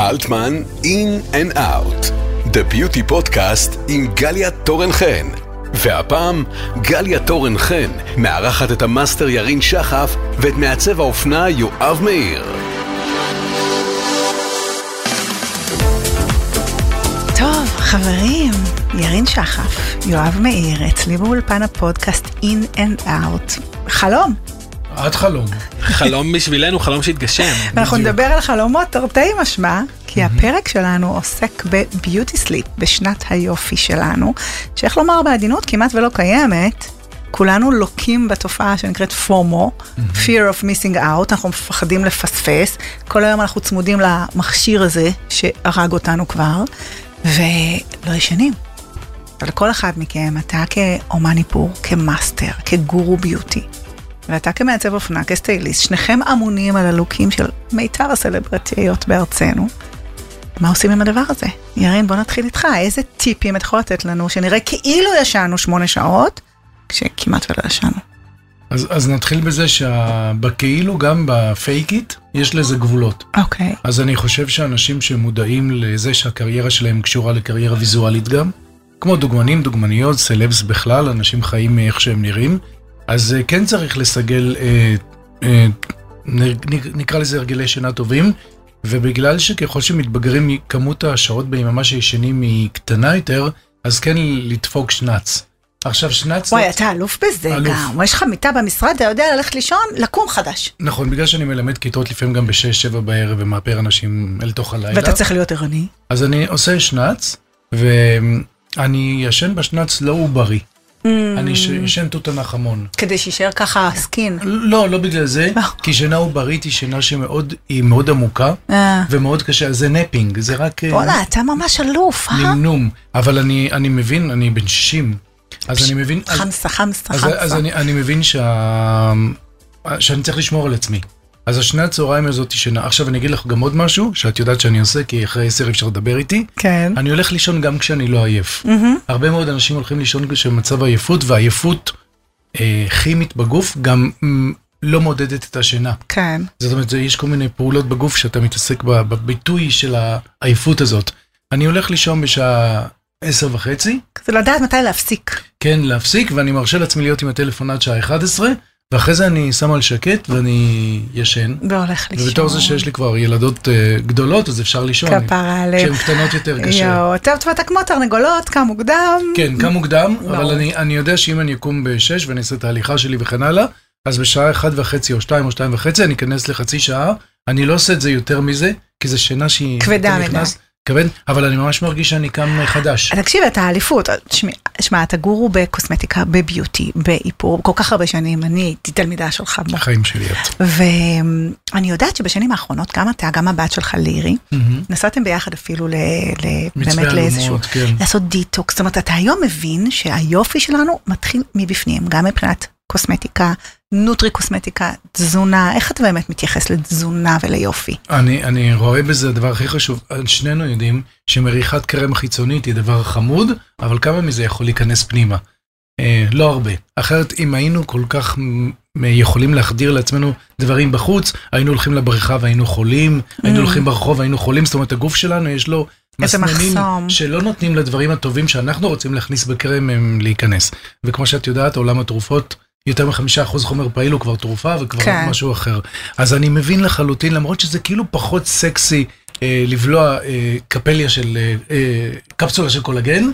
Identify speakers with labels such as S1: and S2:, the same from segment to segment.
S1: אלטמן, In and Out, The Beauty Podcast עם גליה תורן חן. והפעם, גליה תורן חן מארחת את המאסטר ירין שחף ואת מעצב האופנה יואב מאיר.
S2: טוב, חברים, ירין שחף, יואב מאיר, אצלי באולפן הפודקאסט In and Out. חלום.
S3: עד חלום.
S4: חלום בשבילנו, חלום שהתגשם.
S2: ואנחנו נדבר על חלומות תרתי משמע, כי הפרק שלנו עוסק בביוטי סליפ, בשנת היופי שלנו, שאיך לומר בעדינות כמעט ולא קיימת. כולנו לוקים בתופעה שנקראת FOMO, Fear of Missing Out, אנחנו מפחדים לפספס, כל היום אנחנו צמודים למכשיר הזה שהרג אותנו כבר, ולא ישנים. ולכל אחד מכם, אתה כאומן איפור, כמאסטר, כגורו ביוטי, ואתה כמעצב אופנה, כסטייליסט, שניכם אמונים על הלוקים של מיטב הסלברטיות בארצנו. מה עושים עם הדבר הזה? ירין, בוא נתחיל איתך. איזה טיפים את יכולה לתת לנו, שנראה כאילו ישנו שמונה שעות, כשכמעט ולא ישנו.
S3: אז, אז נתחיל בזה שבכאילו גם בפייק איט יש לזה גבולות.
S2: אוקיי.
S3: אז אני חושב שאנשים שמודעים לזה שהקריירה שלהם קשורה לקריירה ויזואלית גם, כמו דוגמנים, דוגמניות, סלבס בכלל, אנשים חיים מאיך שהם נראים, אז אה, כן צריך לסגל, אה, אה, נ- נ- נקרא לזה הרגלי שינה טובים, ובגלל שככל שמתבגרים כמות השעות ביממה שישנים היא קטנה יותר, אז כן לדפוק שנץ. עכשיו שנץ... לא
S2: וואי, אתה אלוף בזה
S3: אלוף.
S2: גם. יש לך מיטה במשרד, אתה יודע ללכת לישון, לקום חדש.
S3: נכון, בגלל שאני מלמד כיתות לפעמים גם ב-6-7 בערב ומאפר אנשים אל תוך הלילה.
S2: ואתה צריך להיות ערני.
S3: אז אני עושה שנץ, ואני ישן בשנץ לא עוברי.
S2: Mm.
S3: אני ש- ישן תות הנחמון.
S2: כדי שיישאר ככה סקין.
S3: לא, לא בגלל זה,
S2: אה.
S3: כי שינה עוברית היא שינה שמאוד, היא מאוד עמוקה,
S2: אה.
S3: ומאוד קשה, אז זה נפינג, זה רק אה,
S2: בואנה, אתה ממש אלוף, אה?
S3: נמנום. אבל אני, אני מבין, אני בן 60, אז אני מבין... אז-
S2: חמסה, חמסה,
S3: אז, אז
S2: חמסה.
S3: אני, אני מבין שה... שאני צריך לשמור על עצמי. אז השני הצהריים הזאת היא שינה. עכשיו אני אגיד לך גם עוד משהו, שאת יודעת שאני עושה, כי אחרי עשר אי אפשר לדבר איתי.
S2: כן.
S3: אני הולך לישון גם כשאני לא עייף. הרבה מאוד אנשים הולכים לישון כשמצב עייפות, והעייפות אה, כימית בגוף גם מ, לא מודדת את השינה.
S2: כן.
S3: זאת אומרת, זה- יש כל מיני פעולות בגוף שאתה מתעסק ב- בביטוי של העייפות הזאת. אני הולך לישון בשעה עשר וחצי,
S2: זה לדעת מתי להפסיק.
S3: כן להפסיק ואני מרשה לעצמי להיות עם הטלפון עד שעה 11 ואחרי זה אני שם על שקט ואני ישן.
S2: והולך לא לישון.
S3: ובתור זה שיש לי כבר ילדות אה, גדולות אז אפשר לישון.
S2: כפרה עליך.
S3: כשהן קטנות יותר כן, קשה.
S2: יואו, טוב, טוב, אתה כמו תרנגולות, קם מוקדם.
S3: כן, קם מוקדם, אבל
S2: ברור.
S3: אני, אני יודע שאם אני אקום ב-6 ואני אעשה את ההליכה שלי וכן הלאה, אז בשעה 1 וחצי או 2 או 2 וחצי אני אכנס לחצי שעה, אני לא עושה את זה יותר מזה, כי זו שינה שהיא...
S2: כבדה
S3: אתה
S2: מדי.
S3: נכנס- כבד, אבל אני ממש מרגיש שאני קם אה, חדש.
S2: אז תקשיב, אתה אליפות. שמע- שמע, אתה גורו בקוסמטיקה, בביוטי, באיפור, כל כך הרבה שנים. אני הייתי תלמידה שלך. בוא.
S3: החיים שלי את.
S2: ואני יודעת שבשנים האחרונות, גם אתה, גם הבת שלך, לירי, נסעתם ביחד אפילו ל... ל...
S3: מצפה
S2: באמת לאיזשהו...
S3: אלומות, כן.
S2: לעשות דיטוקס. זאת אומרת, אתה היום מבין שהיופי שלנו מתחיל מבפנים, גם מבחינת קוסמטיקה, נוטרי קוסמטיקה, תזונה, איך אתה באמת מתייחס לתזונה וליופי?
S3: אני, אני רואה בזה הדבר הכי חשוב, שנינו יודעים שמריחת קרם חיצונית היא דבר חמוד, אבל כמה מזה יכול להיכנס פנימה? אה, לא הרבה. אחרת אם היינו כל כך מ- מ- יכולים להחדיר לעצמנו דברים בחוץ, היינו הולכים לבריכה והיינו חולים, היינו הולכים ברחוב והיינו חולים, זאת אומרת הגוף שלנו יש לו
S2: Mm. איזה
S3: מסננים
S2: מחסום.
S3: שלא נותנים לדברים הטובים שאנחנו רוצים להכניס בקרם הם להיכנס. וכמו שאת יודעת, עולם התרופות, יותר מחמישה אחוז חומר פעיל הוא כבר תרופה וכבר
S2: כן.
S3: כן. משהו אחר. אז אני מבין לחלוטין, למרות שזה כאילו פחות סקסי אה, לבלוע אה, קפליה של, אה, אה, קפסולה של קולגן,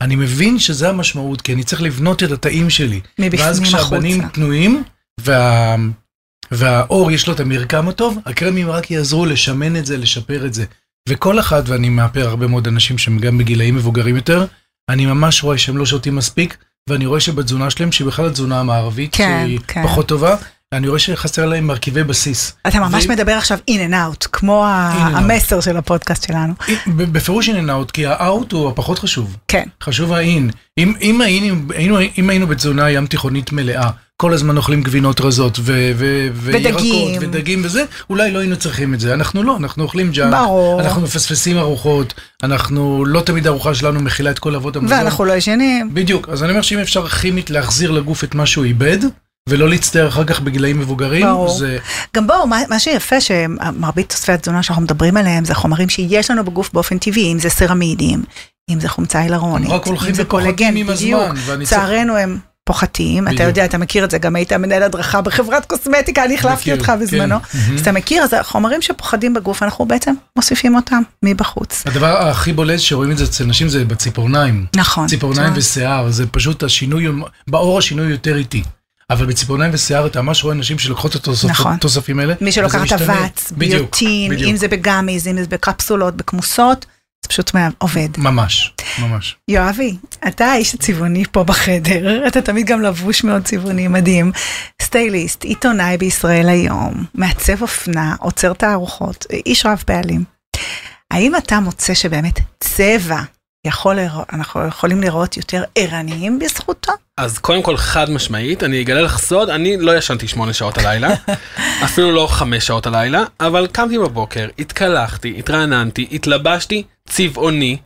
S3: אני מבין שזה המשמעות, כי אני צריך לבנות את התאים שלי.
S2: מבפנים
S3: ואז כשהבנים
S2: החוצה.
S3: פנויים, וה... והאור יש לו את המרקם הטוב, הקרמים רק יעזרו לשמן את זה, לשפר את זה. וכל אחד, ואני מאפר הרבה מאוד אנשים שהם גם בגילאים מבוגרים יותר, אני ממש רואה שהם לא שותים מספיק, ואני רואה שבתזונה שלהם, שהיא בכלל התזונה המערבית,
S2: כן,
S3: שהיא
S2: כן.
S3: פחות טובה, אני רואה שחסר להם מרכיבי בסיס.
S2: אתה ממש
S3: ואם-
S2: מדבר עכשיו in and out, כמו ה-
S3: In and out.
S2: המסר של הפודקאסט שלנו.
S3: ב- בפירוש אין אאוט, כי האאוט הוא הפחות חשוב.
S2: כן.
S3: חשוב האין. אם, אם, היינו, היינו, אם היינו בתזונה ים תיכונית מלאה, כל הזמן אוכלים גבינות רזות ו, ו, וירקות
S2: ודגים.
S3: ודגים וזה, אולי לא היינו צריכים את זה. אנחנו לא, אנחנו אוכלים ג'אנק,
S2: ברור.
S3: אנחנו מפספסים ארוחות, אנחנו לא תמיד הארוחה שלנו מכילה את כל אבות המזון.
S2: ואנחנו לא ישנים.
S3: בדיוק, אז אני אומר שאם אפשר כימית להחזיר לגוף את מה שהוא איבד, ולא להצטער אחר כך בגילאים מבוגרים.
S2: ברור.
S3: זה,
S2: גם בואו, מה, מה שיפה שמרבית תוספי התזונה שאנחנו מדברים עליהם זה חומרים שיש לנו בגוף באופן טבעי, אם זה סרמידים, אם זה חומצה הילרונית,
S3: הם רק הולכים
S2: אם זה
S3: ופוחתים
S2: קולגן,
S3: עם הזמן,
S2: בדיוק,
S3: ואני צריך-
S2: צערנו הם פוחתים,
S3: בדיוק.
S2: אתה יודע, אתה מכיר את זה, גם היית מנהל הדרכה בחברת קוסמטיקה, אני החלפתי
S3: מכיר,
S2: אותך
S3: כן.
S2: בזמנו,
S3: מהמם.
S2: אז אתה מכיר, אז החומרים שפוחדים בגוף, אנחנו בעצם מוסיפים אותם מבחוץ.
S3: הדבר הכי בולט שרואים את זה אצל נשים זה בציפורניים.
S2: נכון.
S3: ציפורניים
S2: זאת-
S3: ושיער, זה פשוט השינוי, בעור השינוי יותר איטי. אבל בציפורניים ושיער אתה ממש רואה נשים שלוקחות את התוספ-
S2: נכון.
S3: התוספים האלה.
S2: מי שלוקח
S3: וזה
S2: את
S3: משתנה.
S2: אבץ,
S3: בדיוק,
S2: ביוטין,
S3: בדיוק.
S2: אם זה בגאמיז, אם זה בקפסולות, בכמוסות, זה פשוט מה- עובד.
S3: ממש, ממש.
S2: יואבי, אתה האיש הצבעוני פה בחדר, אתה תמיד גם לבוש מאוד צבעוני, מדהים. סטייליסט, עיתונאי בישראל היום, מעצב אופנה, עוצר תערוכות, איש רב פעלים. האם אתה מוצא שבאמת צבע יכול לראות, אנחנו יכולים לראות יותר ערניים בזכותו?
S4: אז קודם כל חד משמעית, אני אגלה לך סוד, אני לא ישנתי שמונה שעות הלילה, אפילו לא חמש שעות הלילה, אבל קמתי בבוקר, התקלחתי, התרעננתי, התלבשתי צבעוני,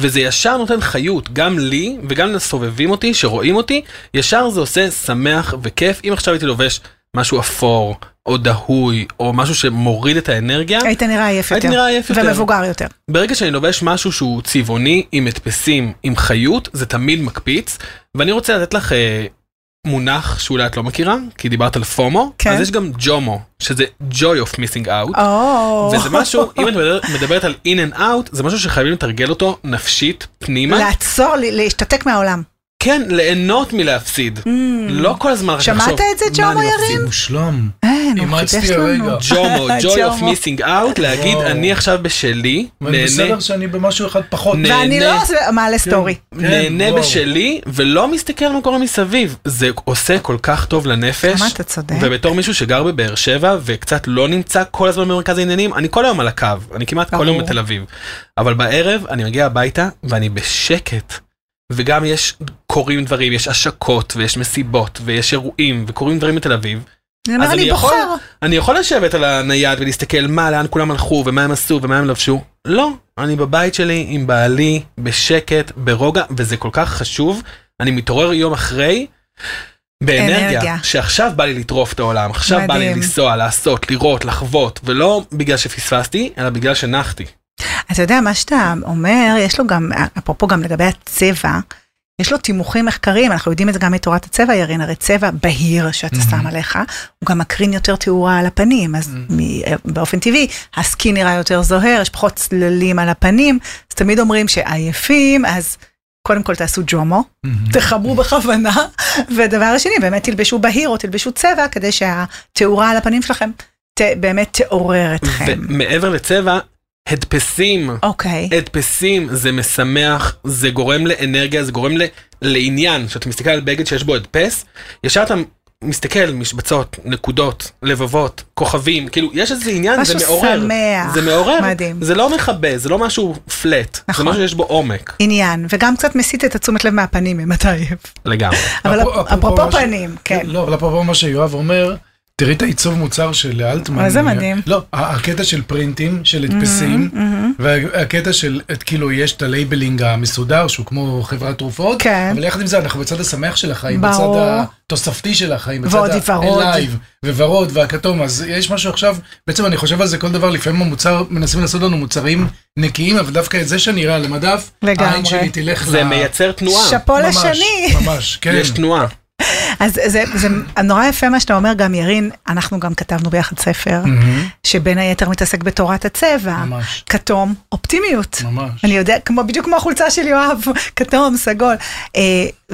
S4: וזה ישר נותן חיות, גם לי וגם לסובבים אותי, שרואים אותי, ישר זה עושה שמח וכיף. אם עכשיו הייתי לובש משהו אפור, או דהוי, או משהו שמוריד את האנרגיה,
S2: היית נראה עייף
S4: הייתי
S2: יותר.
S4: אה, נראה עייף יותר.
S2: ומבוגר יותר.
S4: ברגע שאני לובש משהו שהוא צבעוני, עם הדפסים, עם חיות, זה תמיד מקפיץ. ואני רוצה לתת לך אה, מונח שאולי את לא מכירה, כי דיברת על פומו,
S2: כן.
S4: אז יש גם ג'ומו, שזה joy of missing out.
S2: או,
S4: וזה משהו, אם את מדבר- מדברת על in and out, זה משהו שחייבים לתרגל אותו נפשית, פנימה.
S2: לעצור, ל- להשתתק מהעולם.
S4: כן, ליהנות מלהפסיד. לא כל הזמן רק
S2: Mm. שמעת
S4: לחשוב,
S2: את זה,
S4: "מה
S2: ג'ומו,
S4: אני מפסיד?"
S3: זה מושלם.
S2: אין, הוא
S3: אימצתי
S2: חידש
S3: הרגע.
S2: אה, לנו. אה,
S4: ג'ומו, joy of
S2: ג'ומו.
S4: missing out, להגיד
S2: אה.
S3: וואו.
S4: אני עכשיו בשלי,
S3: ואני
S4: נהנה
S3: בסדר שאני במשהו אחד פחות.
S4: נה-
S2: ואני
S4: נהנה.
S2: לא עושה- מעלה סטורי.
S3: כן,
S4: נהנה
S3: וואו.
S4: בשלי ולא מסתכל על מה קורה מסביב זה עושה כל כך טוב לנפש
S2: למה אתה צודק?
S4: ובתור מישהו שגר בבאר שבע וקצת לא נמצא כל הזמן במרכז העניינים אני כל היום על הקו אני כמעט כל
S2: ברור.
S4: יום בתל אביב אבל בערב אני מגיע הביתה ואני בשקט וגם יש קורים דברים יש השקות ויש מסיבות ויש אירועים וקורים דברים בתל אביב
S2: אני אומר,
S4: אז
S2: אני
S4: אני יכול-
S2: בוחר.
S4: אני יכול לשבת על הנייד ולהסתכל מה לאן כולם הלכו ומה הם עשו ומה הם לבשו לא אני בבית שלי עם בעלי בשקט ברוגע וזה כל כך חשוב אני מתעורר יום אחרי.
S2: אנרגיה.
S4: באנרגיה שעכשיו בא לי לטרוף את העולם עכשיו בא לי
S2: מדהים.
S4: לנסוע לעשות לראות לחוות ולא בגלל שפספסתי אלא בגלל שנחתי.
S2: כן. אתה יודע, מה שאתה אומר, יש לו גם, אפרופו גם לגבי הצבע, יש לו תימוכים מחקריים, אנחנו יודעים את זה גם מתורת הצבע, ירין, הרי צבע בהיר שאתה שם עליך, הוא גם מקרין יותר תאורה על הפנים, אז מ- אה, באופן טבעי, הסקין נראה יותר זוהר, יש פחות צללים על הפנים, אז תמיד אומרים שעייפים, אז קודם כל תעשו ג'ומו, תחברו בכוונה, ודבר שני, באמת תלבשו בהיר או תלבשו צבע, כדי שהתאורה על הפנים שלכם ת, באמת תעורר אתכם.
S4: ומעבר לצבע הדפסים
S2: אוקיי.
S4: הדפסים זה משמח, זה גורם לאנרגיה, זה גורם ל... לעניין. כשאתה מסתכל על בגד שיש בו הדפס, ישר אתה מסתכל משבצות, נקודות, לבבות, כוכבים, כאילו יש איזה עניין, זה
S2: משהו
S4: מעורר.
S2: שמח.
S4: זה מעורר.
S2: מדהים.
S4: זה לא מכבה, זה לא משהו פלט.
S2: נכון.
S4: זה משהו שיש בו עומק.
S2: עניין, וגם קצת מסיט את התשומת לב מהפנים אם אתה עייף.
S4: לגמרי.
S2: אבל
S3: אפרופו-
S2: אפרופו
S3: מה ש-
S2: פנים, כן.
S3: לא, אבל אפרופו מה שיואב אומר, תראי את העיצוב מוצר של אלטמן.
S2: אבל זה מדהים. Mm-hmm,
S3: לא, ה- הקטע של פרינטים, של הדפסים, והקטע של, את- כאילו, יש את הלייבלינג המסודר, שהוא כמו חברת תרופות,
S2: כן.
S3: אבל יחד עם זה, אנחנו בצד השמח של החיים,
S2: ברור.
S3: בצד התוספתי של החיים,
S2: ועוד
S3: בצד
S2: ורוד.
S3: הלייב, וורוד, והכתום, אז יש משהו עכשיו, בעצם אני חושב על זה כל דבר, לפעמים המוצר, מנסים לעשות לנו מוצרים נקיים, אבל דווקא את זה שנראה על המדף,
S2: לגמרי.
S3: העין שלי תלך
S4: זה
S3: ל-
S4: מייצר תנועה.
S2: אה, שאפו
S3: ממש,
S2: לשני.
S3: ממש, כן.
S4: יש תנועה.
S2: אז זה, זה נורא יפה מה שאתה אומר גם ירין, אנחנו גם כתבנו ביחד ספר,
S3: מהמם.
S2: שבין היתר מתעסק בתורת הצבע.
S3: ממש.
S2: כתום, אופטימיות.
S3: ממש.
S2: אה, אני יודע, כמו, בדיוק כמו החולצה של יואב, כתום, סגול. אה,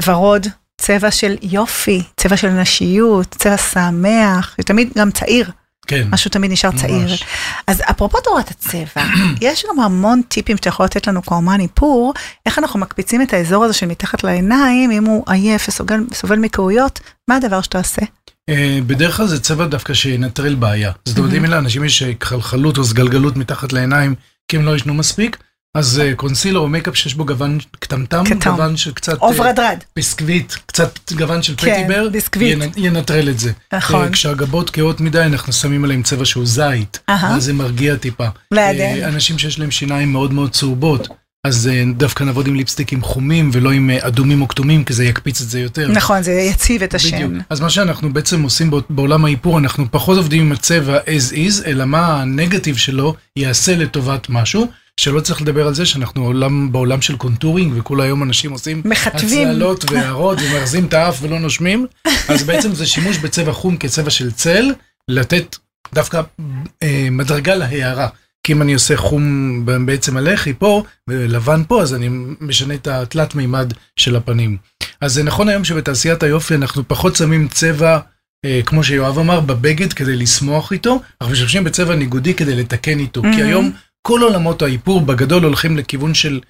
S2: ורוד, צבע של יופי, צבע של נשיות, צבע שמח, שתמיד גם צעיר,
S3: כן.
S2: משהו תמיד נשאר
S3: ממש.
S2: צעיר. אז אפרופו תורת הצבע, יש גם המון טיפים שאתה יכול לתת לנו כאומן איפור, איך אנחנו מקפיצים את האזור הזה של מתחת לעיניים, אם הוא עייף וסובל סובל מקהויות, מה הדבר שאתה עושה?
S3: אה, בדרך כלל זה צבע דווקא שינטרל בעיה. זאת
S2: Mhm.
S3: אומרת, אם לאנשים יש אה, כחלחלות או סגלגלות מתחת לעיניים, כי הם לא ישנו מספיק, אז אה, קונסילר או מייקאפ שיש בו גוון קטמטם,
S2: קטן.
S3: גוון של קצת... אה,
S2: אוברדרד.
S3: ביסקוויט, קצת גוון של
S2: כן,
S3: פטיבר,
S2: ביסקוויט.
S3: ינ- ינטרל את זה.
S2: נכון.
S3: אה, כשהגבות כהות מדי, אנחנו שמים עליהם צבע שהוא זית,
S2: אהה.
S3: ואז זה מרגיע טיפה.
S2: לידיהם.
S3: אה, אנשים שיש להם שיניים מאוד מאוד צהובות, אז אה, דווקא נעבוד עם ליפסטיקים חומים ולא עם אה, אדומים או כתומים, כי זה יקפיץ את זה יותר.
S2: נכון, זה יציב את השם.
S3: בדיוק. אז מה שאנחנו בעצם עושים בא- בעולם האיפור, אנחנו פחות עובדים עם הצבע as is, אלא מה הנגטיב שלו יעשה לטובת משהו, שלא צריך לדבר על זה שאנחנו עולם, בעולם של קונטורינג, וכל היום אנשים עושים
S2: מכתבים.
S3: הצללות והערות ומארזים את האף ולא נושמים, אז בעצם זה שימוש בצבע חום כצבע של צל, לתת דווקא אה, מדרגה להערה. כי אם אני עושה חום ב- בעצם הלחי פה, ולבן פה, אז אני משנה את התלת מימד של הפנים. אז זה נכון היום שבתעשיית היופי אנחנו פחות שמים צבע, אה, כמו שיואב אמר, בבגד כדי לשמוח איתו, אנחנו משתמשים בצבע ניגודי כדי לתקן איתו.
S2: מהמם.
S3: כי היום כל עולמות האיפור בגדול הולכים לכיוון של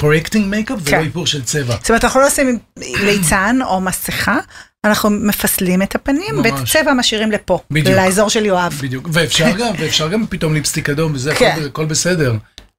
S3: correcting makeup ולא
S2: כן.
S3: איפור של צבע.
S2: זאת אומרת, אנחנו לא עושים ליצן או מסכה, אנחנו מפסלים את הפנים,
S3: ממש.
S2: ואת הצבע משאירים לפה,
S3: בדיוק.
S2: לאזור של יואב.
S3: בדיוק, ואפשר גם, ואפשר גם פתאום ליפסטיק אדום, וזה הכל,
S2: כן.
S3: הכל בסדר.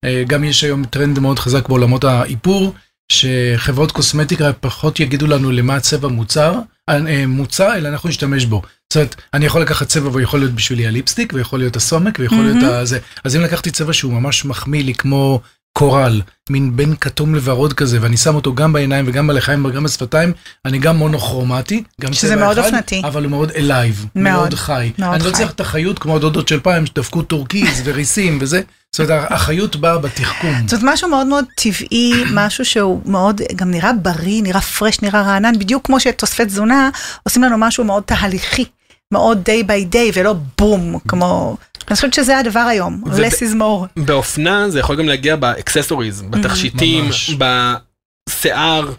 S3: אה, גם יש היום טרנד מאוד חזק בעולמות האיפור, שחברות קוסמטיקה פחות יגידו לנו למה הצבע מוצר, אה, אה, מוצע, אלא אנחנו נשתמש בו. זאת אומרת, אני יכול לקחת צבע והוא יכול להיות בשבילי הליפסטיק, ויכול להיות הסומק, ויכול להיות הזה. אז אם לקחתי צבע שהוא ממש מחמיא לי כמו קורל, מין בין כתום לוורוד כזה, ואני שם אותו גם בעיניים וגם בלחיים וגם בשפתיים, אני גם מונוכרומטי, גם
S2: שזה
S3: צבע
S2: מאוד
S3: אחד,
S2: אופנתי.
S3: אבל הוא מאוד אלייב,
S2: מאוד.
S3: מאוד חי.
S2: מאוד
S3: אני לא
S2: חי.
S3: צריך את החיות כמו הדודות של פעם שדפקו טורקיז וריסים וזה. זאת אומרת, החיות באה בתחכום.
S2: זאת אומרת, משהו מאוד מאוד טבעי, משהו שהוא מאוד, גם נראה בריא, נראה פרש, נראה רענן, בדיוק כמו שתוספי תזונה עושים לנו משהו מאוד תהליכי, מאוד day by day, ולא בום, כמו... אני חושבת שזה הדבר היום,
S4: וב-
S2: less is more.
S4: באופנה זה יכול גם להגיע באקססוריז,
S2: Mhm.
S4: בתכשיטים,
S3: ממש.
S4: בשיער,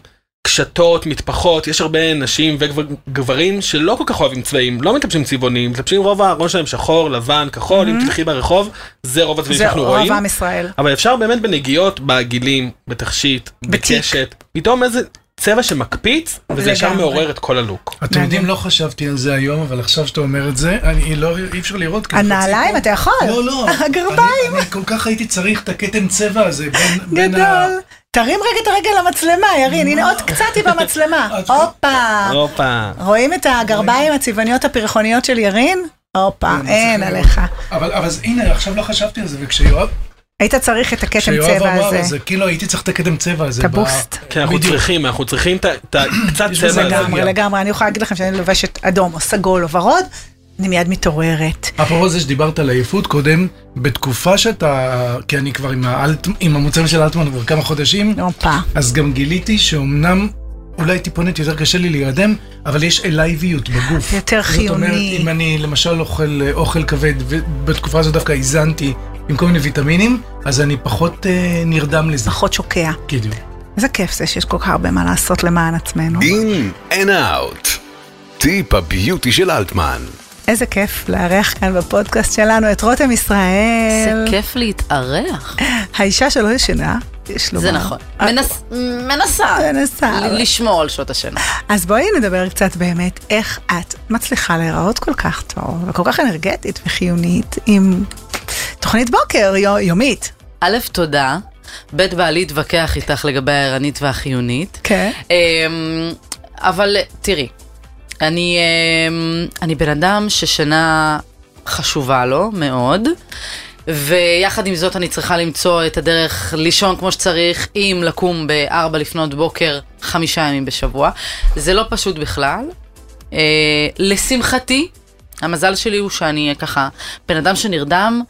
S4: קשתות, מטפחות, יש הרבה נשים וגברים שלא כל כך אוהבים צבעים, לא מתלבשים צבעונים, מתלבשים רוב הראש שלהם שחור, לבן, כחול, אם תלכי ברחוב, זה רוב הצבעים
S2: Mhm. זה
S4: שאנחנו רואים.
S2: אוהב עם ישראל.
S4: אבל אפשר באמת בנגיעות, בעגילים, בתכשיט,
S2: בתיק.
S4: בקשת, פתאום איזה צבע שמקפיץ, וזה ישר
S2: לגמרי.
S4: מעורר את כל הלוק.
S3: אתם יודעים,
S2: מעניין.
S3: לא חשבתי על זה היום, אבל עכשיו שאתה אומר את זה, אני לא, אי אפשר לראות. כי
S2: הנעליים,
S3: חצי-
S2: אתה יכול.
S3: לא, לא.
S2: הגרביים.
S3: אני- אני כל כך הייתי צריך את הכתם צבע הזה בין... בין ה-
S2: גדול. תרים רגע את הרגל למצלמה, ירין, הנה עוד קצת היא במצלמה.
S3: את-
S2: הופה.
S4: הופה.
S2: רואים את הגרביים הצבעוניות הפרחוניות של ירין? הופה, אין
S3: צריך
S2: עליך.
S3: אבל אבל אז הנה, עכשיו לא חשבתי על זה, וכשיואב
S2: היית צריך את הכתם
S3: כשיואב
S2: צבע
S3: אמר, אז
S2: הזה.
S3: זה כאילו הייתי צריך את הכתם צבע הזה.
S2: את
S3: ב-
S2: הבוסט.
S4: כן, אנחנו
S3: בדיוק.
S4: צריכים, אנחנו צריכים את ה- את הקצת
S3: יש בזה
S4: צבע. הזה.
S2: לגמרי, לגמרי. אני יכולה להגיד לכם שאני לובשת אדום או סגול או ורוד, אני מיד מתעוררת.
S3: אפרופו זה שדיברת על עייפות קודם, בתקופה שאתה, כי אני כבר עם, האלט, עם המוצרים של אלטמן כבר כמה חודשים,
S2: הופה.
S3: אז גם גיליתי שאומנם אולי טיפונת יותר קשה לי להירדם, אבל יש אלייביות בגוף.
S2: יותר
S3: זאת
S2: חיוני.
S3: אומרת, אם אני למשל אוכל אה, אוכל כבד, ובתקופה הזו דווקא איזנתי עם כל מיני ויטמינים, אז אני פחות אה, נרדם לזה.
S2: פחות שוקע.
S3: בדיוק.
S2: איזה כיף זה שיש כל כך הרבה מה לעשות למען עצמנו.
S1: אין אין אאוט. טיפ הביוטי של אלטמן.
S2: איזה כיף לארח כאן בפודקאסט שלנו את רותם ישראל.
S5: זה כיף להתארח,
S2: האישה שלא ישנה, יש לומר.
S5: זה נכון.
S2: אה,
S5: מנס- מנסה
S2: מנסה.
S5: ל- לשמור על שעות השינה.
S2: אז בואי נדבר קצת באמת איך את מצליחה להיראות כל כך טוב וכל כך אנרגטית וחיונית עם תוכנית בוקר יו- יומית.
S5: א', תודה. ב', בעלי התווכח איתך לגבי הערנית והחיונית.
S2: כן.
S5: אמ, אבל תראי, אני, אמ, אני בן אדם ששינה חשובה לו מאוד, ויחד עם זאת אני צריכה למצוא את הדרך לישון כמו שצריך, אם לקום ב-4 לפנות בוקר חמישה ימים בשבוע. זה לא פשוט בכלל. אה, לשמחתי, המזל שלי הוא שאני אה, ככה בן אדם שנרדם.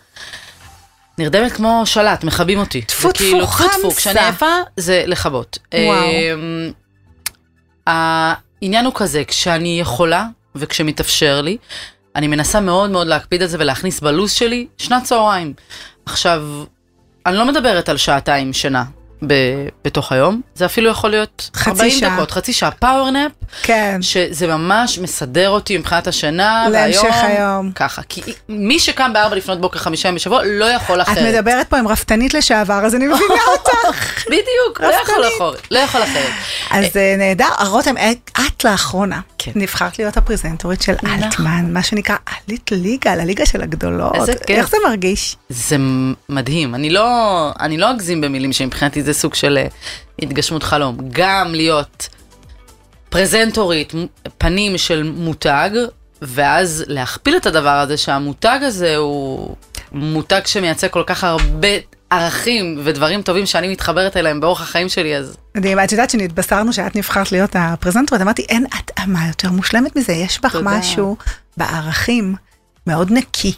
S5: נרדמת כמו שלט, מכבים אותי.
S2: טפו,
S5: זה כאילו,
S2: טפו,
S5: טפו, טפו.
S2: חמסה.
S5: כשאני עייפה, זה לכבות.
S2: וואו.
S5: אמ, העניין הוא כזה, כשאני יכולה וכשמתאפשר לי, אני מנסה מאוד מאוד להקפיד על זה ולהכניס בלו"ז שלי שנת צהריים. עכשיו, אני לא מדברת על שעתיים שינה ב- בתוך היום, זה אפילו יכול להיות
S2: חצי
S5: 40
S2: שעה.
S5: דקות, חצי שעה פאוורנאפ,
S2: כן.
S5: שזה ממש מסדר אותי מבחינת השינה,
S2: להמשך
S5: והיום,
S2: היום.
S5: ככה, כי מי שקם בארבע לפנות בוקר חמישה ימים בשבוע לא יכול
S2: את
S5: אחרת.
S2: מדברת פה עם רפתנית לשעבר, אז אני מבינה אותך.
S5: בדיוק, לא יכול
S2: רפתנית.
S5: אחרת. לא יכול אחרת.
S2: אז אה, נהדר. רותם, אה, את לאחרונה
S5: כן.
S2: נבחרת להיות הפרזנטורית של
S5: נכון.
S2: אלטמן, מה שנקרא עלית ליגה, לליגה של הגדולות.
S5: איזה כיף.
S2: איך זה מרגיש?
S5: זה מדהים, אני לא, אני לא אגזים במילים שמבחינתי זה סוג של אה, התגשמות חלום. גם להיות פרזנטורית, מ- פנים של מותג, ואז להכפיל את הדבר הזה שהמותג הזה הוא מותג שמייצג כל כך הרבה ערכים ודברים טובים שאני מתחברת אליהם באורח החיים שלי, אז
S2: מדהים, את יודעת שנתבשרנו שאת נבחרת להיות הפרזנטורית, אמרתי, אין התאמה יותר מושלמת מזה, יש בך
S5: תודה.
S2: משהו בערכים מאוד נקי,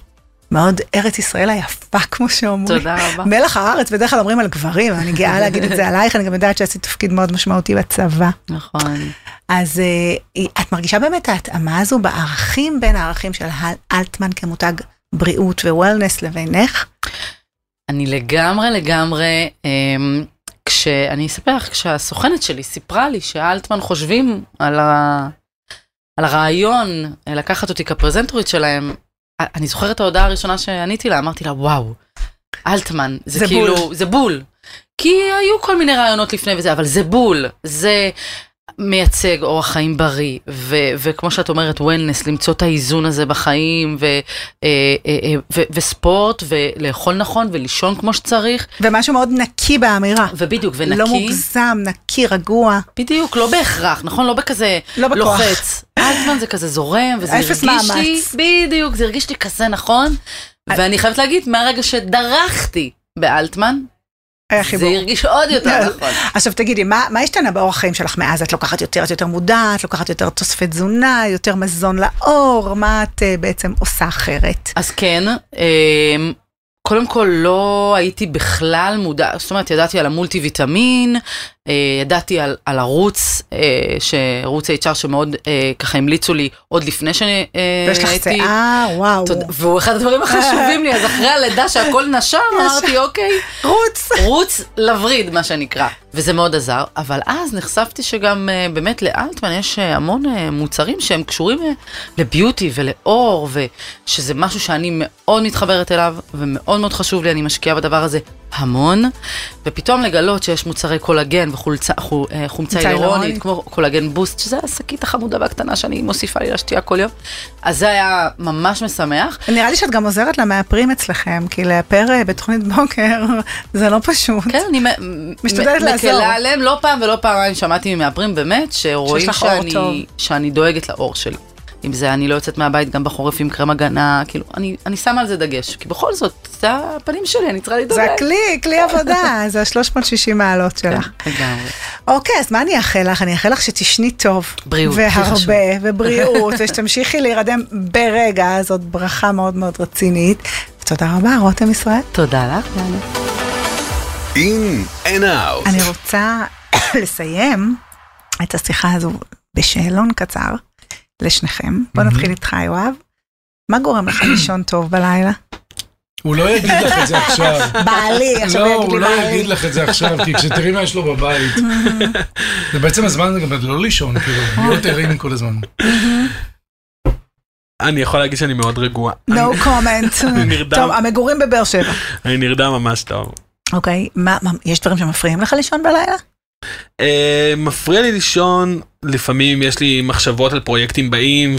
S2: מאוד ארץ ישראל היפה, כמו שאומרים.
S5: תודה רבה.
S2: מלח הארץ, בדרך כלל אומרים על גברים, אני גאה להגיד את זה עלייך, אני גם יודעת שעשית תפקיד מאוד משמעותי בצבא.
S5: נכון.
S2: אז אה, את מרגישה באמת ההתאמה הזו בערכים בין הערכים של הל- אלטמן כמותג בריאות ווולנס לבינך?
S5: אני לגמרי לגמרי, אמ, כשאני אספר לך, כשהסוכנת שלי סיפרה לי שאלטמן חושבים על, ה, על הרעיון אה, לקחת אותי כפרזנטורית שלהם, א- אני זוכרת את ההודעה הראשונה שעניתי לה, אמרתי לה, וואו, אלטמן, זה,
S2: זה
S5: זה כאילו,
S2: בול."
S5: בול. זה בול. כי היו כל מיני רעיונות לפני וזה, אבל זה בול, זה מייצג אורח חיים בריא, ו- וכמו שאת אומרת, וולנס, למצוא את האיזון הזה בחיים, ו- אה, אה, אה, ו- וספורט, ולאכול נכון, ולישון כמו שצריך,
S2: ומשהו מאוד נקי באמירה.
S5: ובדיוק, ונקי.
S2: לא מוגזם, נקי, רגוע.
S5: בדיוק, לא בהכרח, נכון? לא בכזה
S2: לא בכוח.
S5: לוחץ. אלטמן זה כזה זורם, וזה
S2: אפס
S5: הרגיש
S2: מאמץ. אה.
S5: לי, בדיוק, זה הרגיש לי כזה נכון. ואני חייבת להגיד, מהרגע שדרכתי באלטמן,
S2: היה
S5: זה
S2: חיבור.
S5: הרגיש עוד יותר
S2: לא.
S5: נכון.
S2: עכשיו תגידי, מה, מה השתנה באורח חיים שלך מאז? את לוקחת יותר, את יותר מודעת, לוקחת יותר תוספי תזונה, יותר מזון לאור, מה את אה, בעצם עושה אחרת?
S5: אז כן, אמ, קודם כל לא הייתי בכלל מודע, זאת אומרת, ידעתי על המולטי ויטמין, אה, ידעתי על, על ערוץ, אה, שערוץ HR שמאוד אה, ככה המליצו לי עוד לפני אה, שהייתי...
S2: ויש לך שיער, וואו.
S5: תודה, והוא אחד הדברים החשובים לי, אז אחרי הלידה שהכל נשר, אמרתי, אוקיי,
S2: רוץ.
S5: רוץ לווריד, מה שנקרא. וזה מאוד עזר, אבל אז נחשפתי שגם אה, באמת לאלטמן יש אה, המון אה, מוצרים שהם קשורים אה, לביוטי ולאור, ושזה משהו שאני מאוד מתחברת אליו, ומאוד מאוד חשוב לי, אני משקיעה בדבר הזה המון, ופתאום לגלות שיש מוצרי קולגן וחומצה
S2: חומצה
S5: הירונית,
S2: היאלורונית.
S5: כמו קולגן בוסט, שזה השקית החמודה והקטנה שאני מוסיפה לי לשתייה כל יום, אז זה היה ממש משמח.
S2: נראה לי שאת גם עוזרת למאפרים אצלכם, כי לאפר אה, בתוכנית בוקר זה לא פשוט.
S5: כן, אני
S2: משתדלת
S5: משתדלת
S2: לעזור.
S5: מקלה עליהם, לא פעם ולא פעמיים שמעתי ממאפרים באמת, שרואים
S2: לך אור
S5: שאני,
S2: טוב.
S5: שאני דואגת לאור שלי. אם זה אני לא יוצאת מהבית גם בחורף עם קרם הגנה, כאילו, אני, אני שמה על זה דגש, כי בכל זאת, זה הפנים שלי, אני צריכה לדאוג.
S2: זה
S5: להם.
S2: הכלי, כלי עבודה, זה ה-360 מעלות שלך.
S5: כן, לגמרי.
S2: אוקיי, אז מה אני אאחל לך? אני אאחל לך שתשני טוב.
S5: בריאות, הכי חשוב.
S2: והרבה, ובריאות, ושתמשיכי להירדם ברגע, זאת ברכה מאוד מאוד רצינית. תודה רבה, רותם ישראל.
S5: תודה לך, דנה.
S1: In and Out.
S2: אני רוצה לסיים את השיחה הזו בשאלון קצר לשניכם. בוא נתחיל איתך, יואב. מה גורם לך לישון טוב בלילה?
S3: הוא לא יגיד לך את זה עכשיו.
S2: בעלי, עכשיו
S3: לא,
S2: הוא יגיד לי
S3: הוא לא
S2: בעלי.
S3: יגיד לך את זה עכשיו, כי כשתראי מה יש לו בבית. זה בעצם הזמן גם לא לישון, כאילו, להיות ערים כל הזמן.
S4: אני יכול להגיד שאני מאוד רגוע.
S2: No comment.
S4: נרדם.
S2: טוב, המגורים בבאר שבע.
S4: אני נרדם ממש טוב.
S2: אוקיי, מה- מה- יש דברים שמפריעים לך לישון בלילה?
S4: אה, מפריע לי לישון, לפעמים יש לי מחשבות על פרויקטים באים,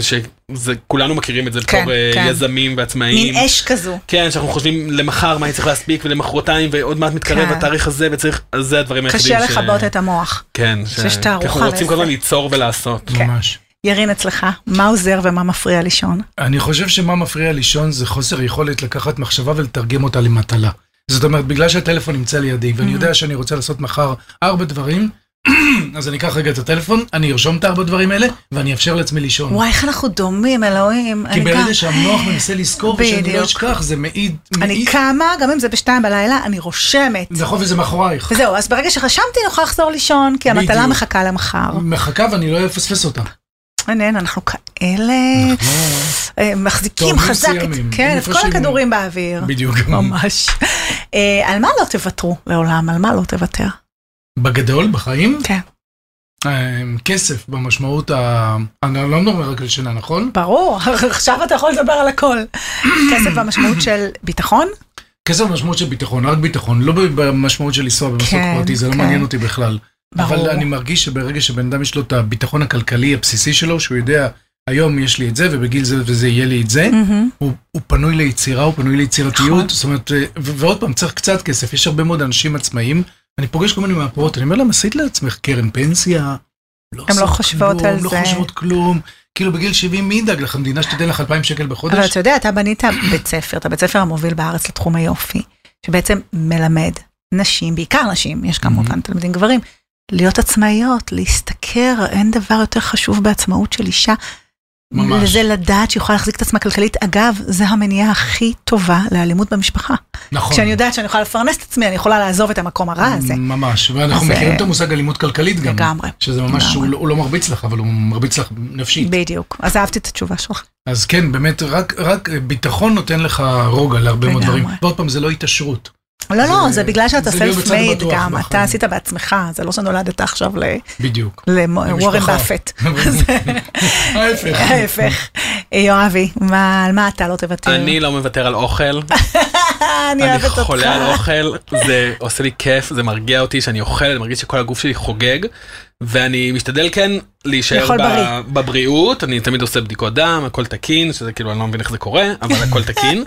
S4: שכולנו מכירים את זה
S2: כן,
S4: בתור אה,
S2: כן.
S4: יזמים ועצמאים.
S2: מין אש כזו.
S4: כן, שאנחנו חושבים למחר מה אני צריך להספיק ולמחרתיים ועוד מעט מתקרב
S2: כן.
S4: התאריך הזה וצריך, אז זה הדברים היחידים
S2: קשה לכבות את המוח.
S4: כן,
S2: שיש
S4: ש-
S2: תערוכה
S4: כי אנחנו רוצים כל הזמן
S2: ועסק.
S4: ליצור ולעשות.
S2: כן.
S3: ממש.
S2: ירין אצלך, מה עוזר ומה מפריע לישון?
S3: אני חושב שמה מפריע לישון זה חוסר יכולת לקחת מחשבה ולתרגם אותה למטלה. זאת אומרת, בגלל שהטלפון נמצא לידי,
S2: Mm-hmm.
S3: ואני יודע שאני רוצה לעשות מחר ארבע דברים, אז אני אקח רגע את הטלפון, אני ארשום את הארבע דברים האלה, ואני אאפשר לעצמי לישון.
S2: וואי, איך אנחנו דומים, אלוהים.
S3: כי
S2: אני
S3: ברגע
S2: גם-
S3: שהמוח מנסה לזכור ושאני לא
S2: בדיוק.
S3: אשכח, זה מעיד...
S2: אני
S3: מעיד-
S2: קמה, גם אם זה בשתיים בלילה, אני רושמת.
S3: נכון, וזה מאחורייך.
S2: וזהו, אז ברגע שרשמתי, אני יכולה לחזור לישון, כי המטלה
S3: בדיוק.
S2: מחכה למחר.
S3: מחכה ואני לא אפספס אותה.
S2: אין, אין, אנחנו כאלה אה, מחזיקים
S3: טובים
S2: חזק, את-
S3: נכון. מסוימים,
S2: כן, את
S3: איפה
S2: כל
S3: שהם-
S2: הכדורים באוויר.
S3: בדיוק.
S2: ממש. אה, על מה לא תוותרו לעולם? על מה לא תוותר?
S3: בגדול, בחיים,
S2: כן,
S3: אה, כסף במשמעות ה... אני לא מדבר רק על שינה, נכון?
S2: ברור, עכשיו אתה יכול לדבר על הכל. כסף במשמעות של ביטחון?
S3: כסף במשמעות של ביטחון, רק ביטחון, לא במשמעות של לנסוע במסוק
S2: כן,
S3: פרטי, זה לא
S2: כן.
S3: מעניין אותי בכלל.
S2: ברור.
S3: אבל אני מרגיש שברגע שבן אדם יש לו את הביטחון הכלכלי הבסיסי שלו, שהוא יודע, היום יש לי את זה ובגיל זה וזה יהיה לי את זה,
S2: מהמם.
S3: הוא, הוא פנוי ליצירה, הוא פנוי
S2: Mm. נכון.
S3: ליצירתיות, זאת אומרת, אה, ו- ועוד פעם, צריך קצת כסף, יש הרבה מאוד אנשים עצמאיים, אני פוגש כל מיני מהפרות, אני אומר להם, עשית לעצמך קרן פנסיה?
S2: הן לא
S3: עושות
S2: חושבות
S3: כלום,
S2: על
S3: לא
S2: זה."
S3: חושבות כלום, כאילו בגיל 70 מי ידאג לך, המדינה שתיתן לך 2,000 שקל בחודש?
S2: אבל אתה יודע, אתה בנית בית ספר, את הבית ספר המוביל בארץ לתחום היופי. שבעצם מלמד נשים, בעיקר נשים, יש כמובן תלמידים גברים, להיות עצמאיות, להשתכר, אין דבר יותר חשוב בעצמאות של אישה.
S3: ממש.
S2: לזה לדעת שהיא יכולה להחזיק את עצמה כלכלית. אגב, זה המניעה הכי טובה לאלימות במשפחה.
S3: נכון.
S2: כשאני יודעת שאני יכולה לפרנס את עצמי, אני יכולה לעזוב את המקום הרע הזה.
S3: ממש, ואנחנו
S2: אז,
S3: מכירים
S2: אה,
S3: את המושג אלימות כלכלית גם.
S2: לגמרי.
S3: שזה ממש,
S2: לגמרי.
S3: שהוא לא- הוא לא מרביץ לך, אבל הוא מרביץ לך נפשית.
S2: בדיוק. אז אהבתי את התשובה שלך.
S3: אז כן, באמת, רק- רק ביטחון נותן לך רוגע להרבה מאוד
S2: לגמרי.
S3: דברים. ועוד פעם, זה לא התעשרות.
S2: לא,
S3: זה-
S2: לא, זה בגלל שאתה
S3: זה להיות
S2: סלף
S3: בצד
S2: מייד
S3: הבטוח,
S2: גם,
S3: נכון.
S2: אתה עשית בעצמך, זה לא שנולדת עכשיו ל-
S3: בדיוק.
S2: לוורן
S3: למשפחה.
S2: אה, באפט.
S3: ההפך.
S2: ההפך. יואבי, מה- על מה אתה לא תוותר?
S4: אני לא מוותר על אוכל,
S2: אני
S4: אני
S2: אוהבת אותך.
S4: חולה על אוכל, זה עושה לי כיף, זה מרגיע אותי שאני אוכל, אני מרגיש שכל הגוף שלי חוגג, ואני משתדל כן להישאר
S2: לאכול
S4: ב-
S2: בריא.
S4: בבריאות, אני תמיד עושה בדיקות דם, הכל תקין, שזה כאילו אני לא מבין איך זה קורה, אבל הכל תקין,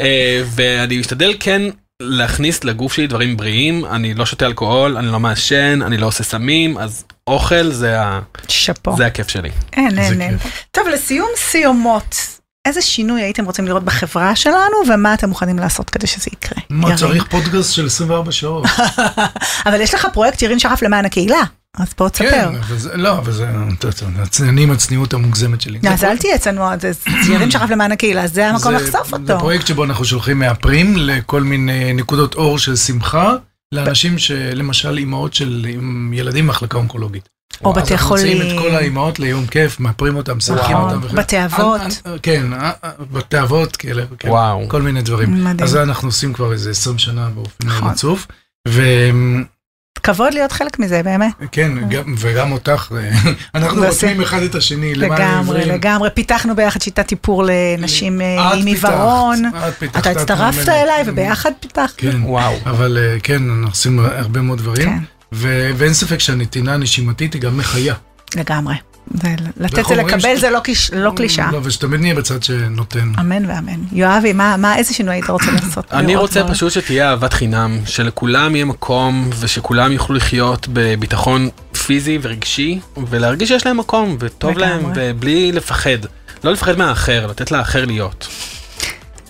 S4: אה, ואני משתדל כן להכניס לגוף שלי דברים בריאים, אני לא שותה אלכוהול, אני לא מעשן, אני לא עושה סמים, אז אוכל זה ה-
S2: שאפו.
S4: זה הכיף שלי.
S2: אין,
S3: זה
S2: אין, אין. טוב, לסיום סיומות. איזה שינוי הייתם רוצים לראות בחברה שלנו, ומה אתם מוכנים לעשות כדי שזה יקרה?
S3: מה
S2: ירין.
S3: צריך פודקאסט של 24 שעות?
S2: אבל יש לך פרויקט ירין שרף למען הקהילה, אז בוא תספר.
S3: כן, אבל זה, לא, אבל זה, אתה יודע, אני עם הצניעות המוגזמת שלי.
S2: אז אל תהיה צנוע, זה זה ירין שרף למען הקהילה, זה המקום
S3: זה-
S2: לחשוף
S3: זה
S2: אותו.
S3: פרויקט שבו אנחנו שולחים מאפרים לכל מיני נקודות אור של שמחה. לאנשים שלמשל אימהות של עם ילדים במחלקה אונקולוגית.
S2: או
S3: אז
S2: בתי
S3: אנחנו מוציאים
S2: חולים.
S3: את כל האימהות ליום כיף, מאפרים אותם, שמחים
S2: וואו.
S3: אותם. וכן.
S2: בתי אבות.
S3: אנ- אנ- כן, אה, אה, בתי אבות כאלה. כן.
S4: וואו.
S3: כל מיני דברים.
S2: מדהים.
S3: אז זה אנחנו עושים כבר איזה 20 שנה באופן
S2: נכון.
S3: רצוף. וכן,
S2: כבוד להיות חלק מזה, באמת.
S3: כן, גם- וגם אותך, אה, אנחנו
S2: נכון. ועושה-
S3: רותמים אחד את השני למען
S2: לגמרי,
S3: העברים.
S2: לגמרי. פיתחנו ביחד שיטת איפור לנשים אה,
S3: את
S2: עם
S3: פיתחת,
S2: עיוורון.
S3: את פיתחת,
S2: אתה
S3: את
S2: הצטרפת
S3: מממנת.
S2: אליי וביחד פיתחנו.
S3: כן,
S4: וואו.
S3: אבל אה, כן, אנחנו עושים הרבה מאוד דברים,
S2: כן,
S3: ו- ואין ספק שהנתינה הנשימתית היא גם מחיה.
S2: לגמרי. זה- לתת
S3: ואיך
S2: זה
S3: אומרים
S2: לקבל
S3: ש-
S2: זה לא קיש- לא קלישאה.
S3: לא, ושתמיד נהיה בצד שנותן.
S2: אמן ואמן. יואבי, מה, מה, איזה שינוי היית רוצה לעשות?
S4: אני
S2: לראות
S4: רוצה
S2: ב-
S4: פשוט שתהיה אהבת חינם, שלכולם יהיה מקום ושכולם יוכלו לחיות בביטחון פיזי ורגשי, ולהרגיש שיש להם מקום וטוב
S2: לגמרי.
S4: להם, ובלי לפחד. לא לפחד מהאחר, לתת לאחר להיות.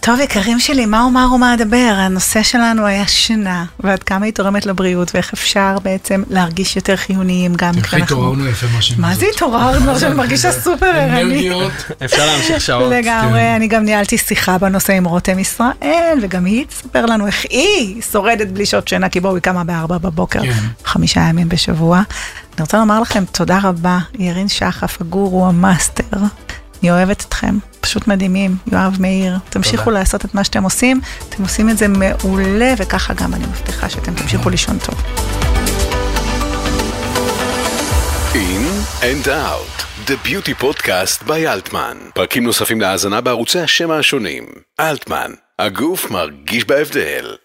S2: טוב, יקרים שלי, מה אומר ומה אדבר? הנושא שלנו היה שינה, ועד כמה היא תורמת לבריאות, ואיך אפשר בעצם להרגיש יותר חיוניים גם
S3: איך התעוררנו יפה מהשינה
S2: מה זה
S3: הזאת.
S2: התעוררנו? עכשיו אני מרגישה סופר ערנית.
S3: אנרגיות.
S4: אפשר להמשיך שעות.
S2: לגמרי,
S3: כן.
S2: אני גם ניהלתי שיחה בנושא עם רותם ישראל, וגם היא תספר לנו איך היא שורדת בלי שעות שינה, כי בואו, היא קמה בארבע בבוקר,
S3: כן.
S2: חמישה ימים בשבוע. אני רוצה לומר לכם תודה רבה, ירין שחף, הגורו, המאסטר. אני אוהבת אתכם, פשוט מדהימים, יואב מאיר. תמשיכו
S4: תודה.
S2: לעשות את מה שאתם עושים, אתם עושים את זה מעולה, וככה גם אני מבטיחה שאתם תמשיכו לישון טוב.
S1: In and Out, The Beauty Podcast by אלטמן. פרקים נוספים להאזנה בערוצי השם השונים. אלטמן, הגוף מרגיש בהבדל.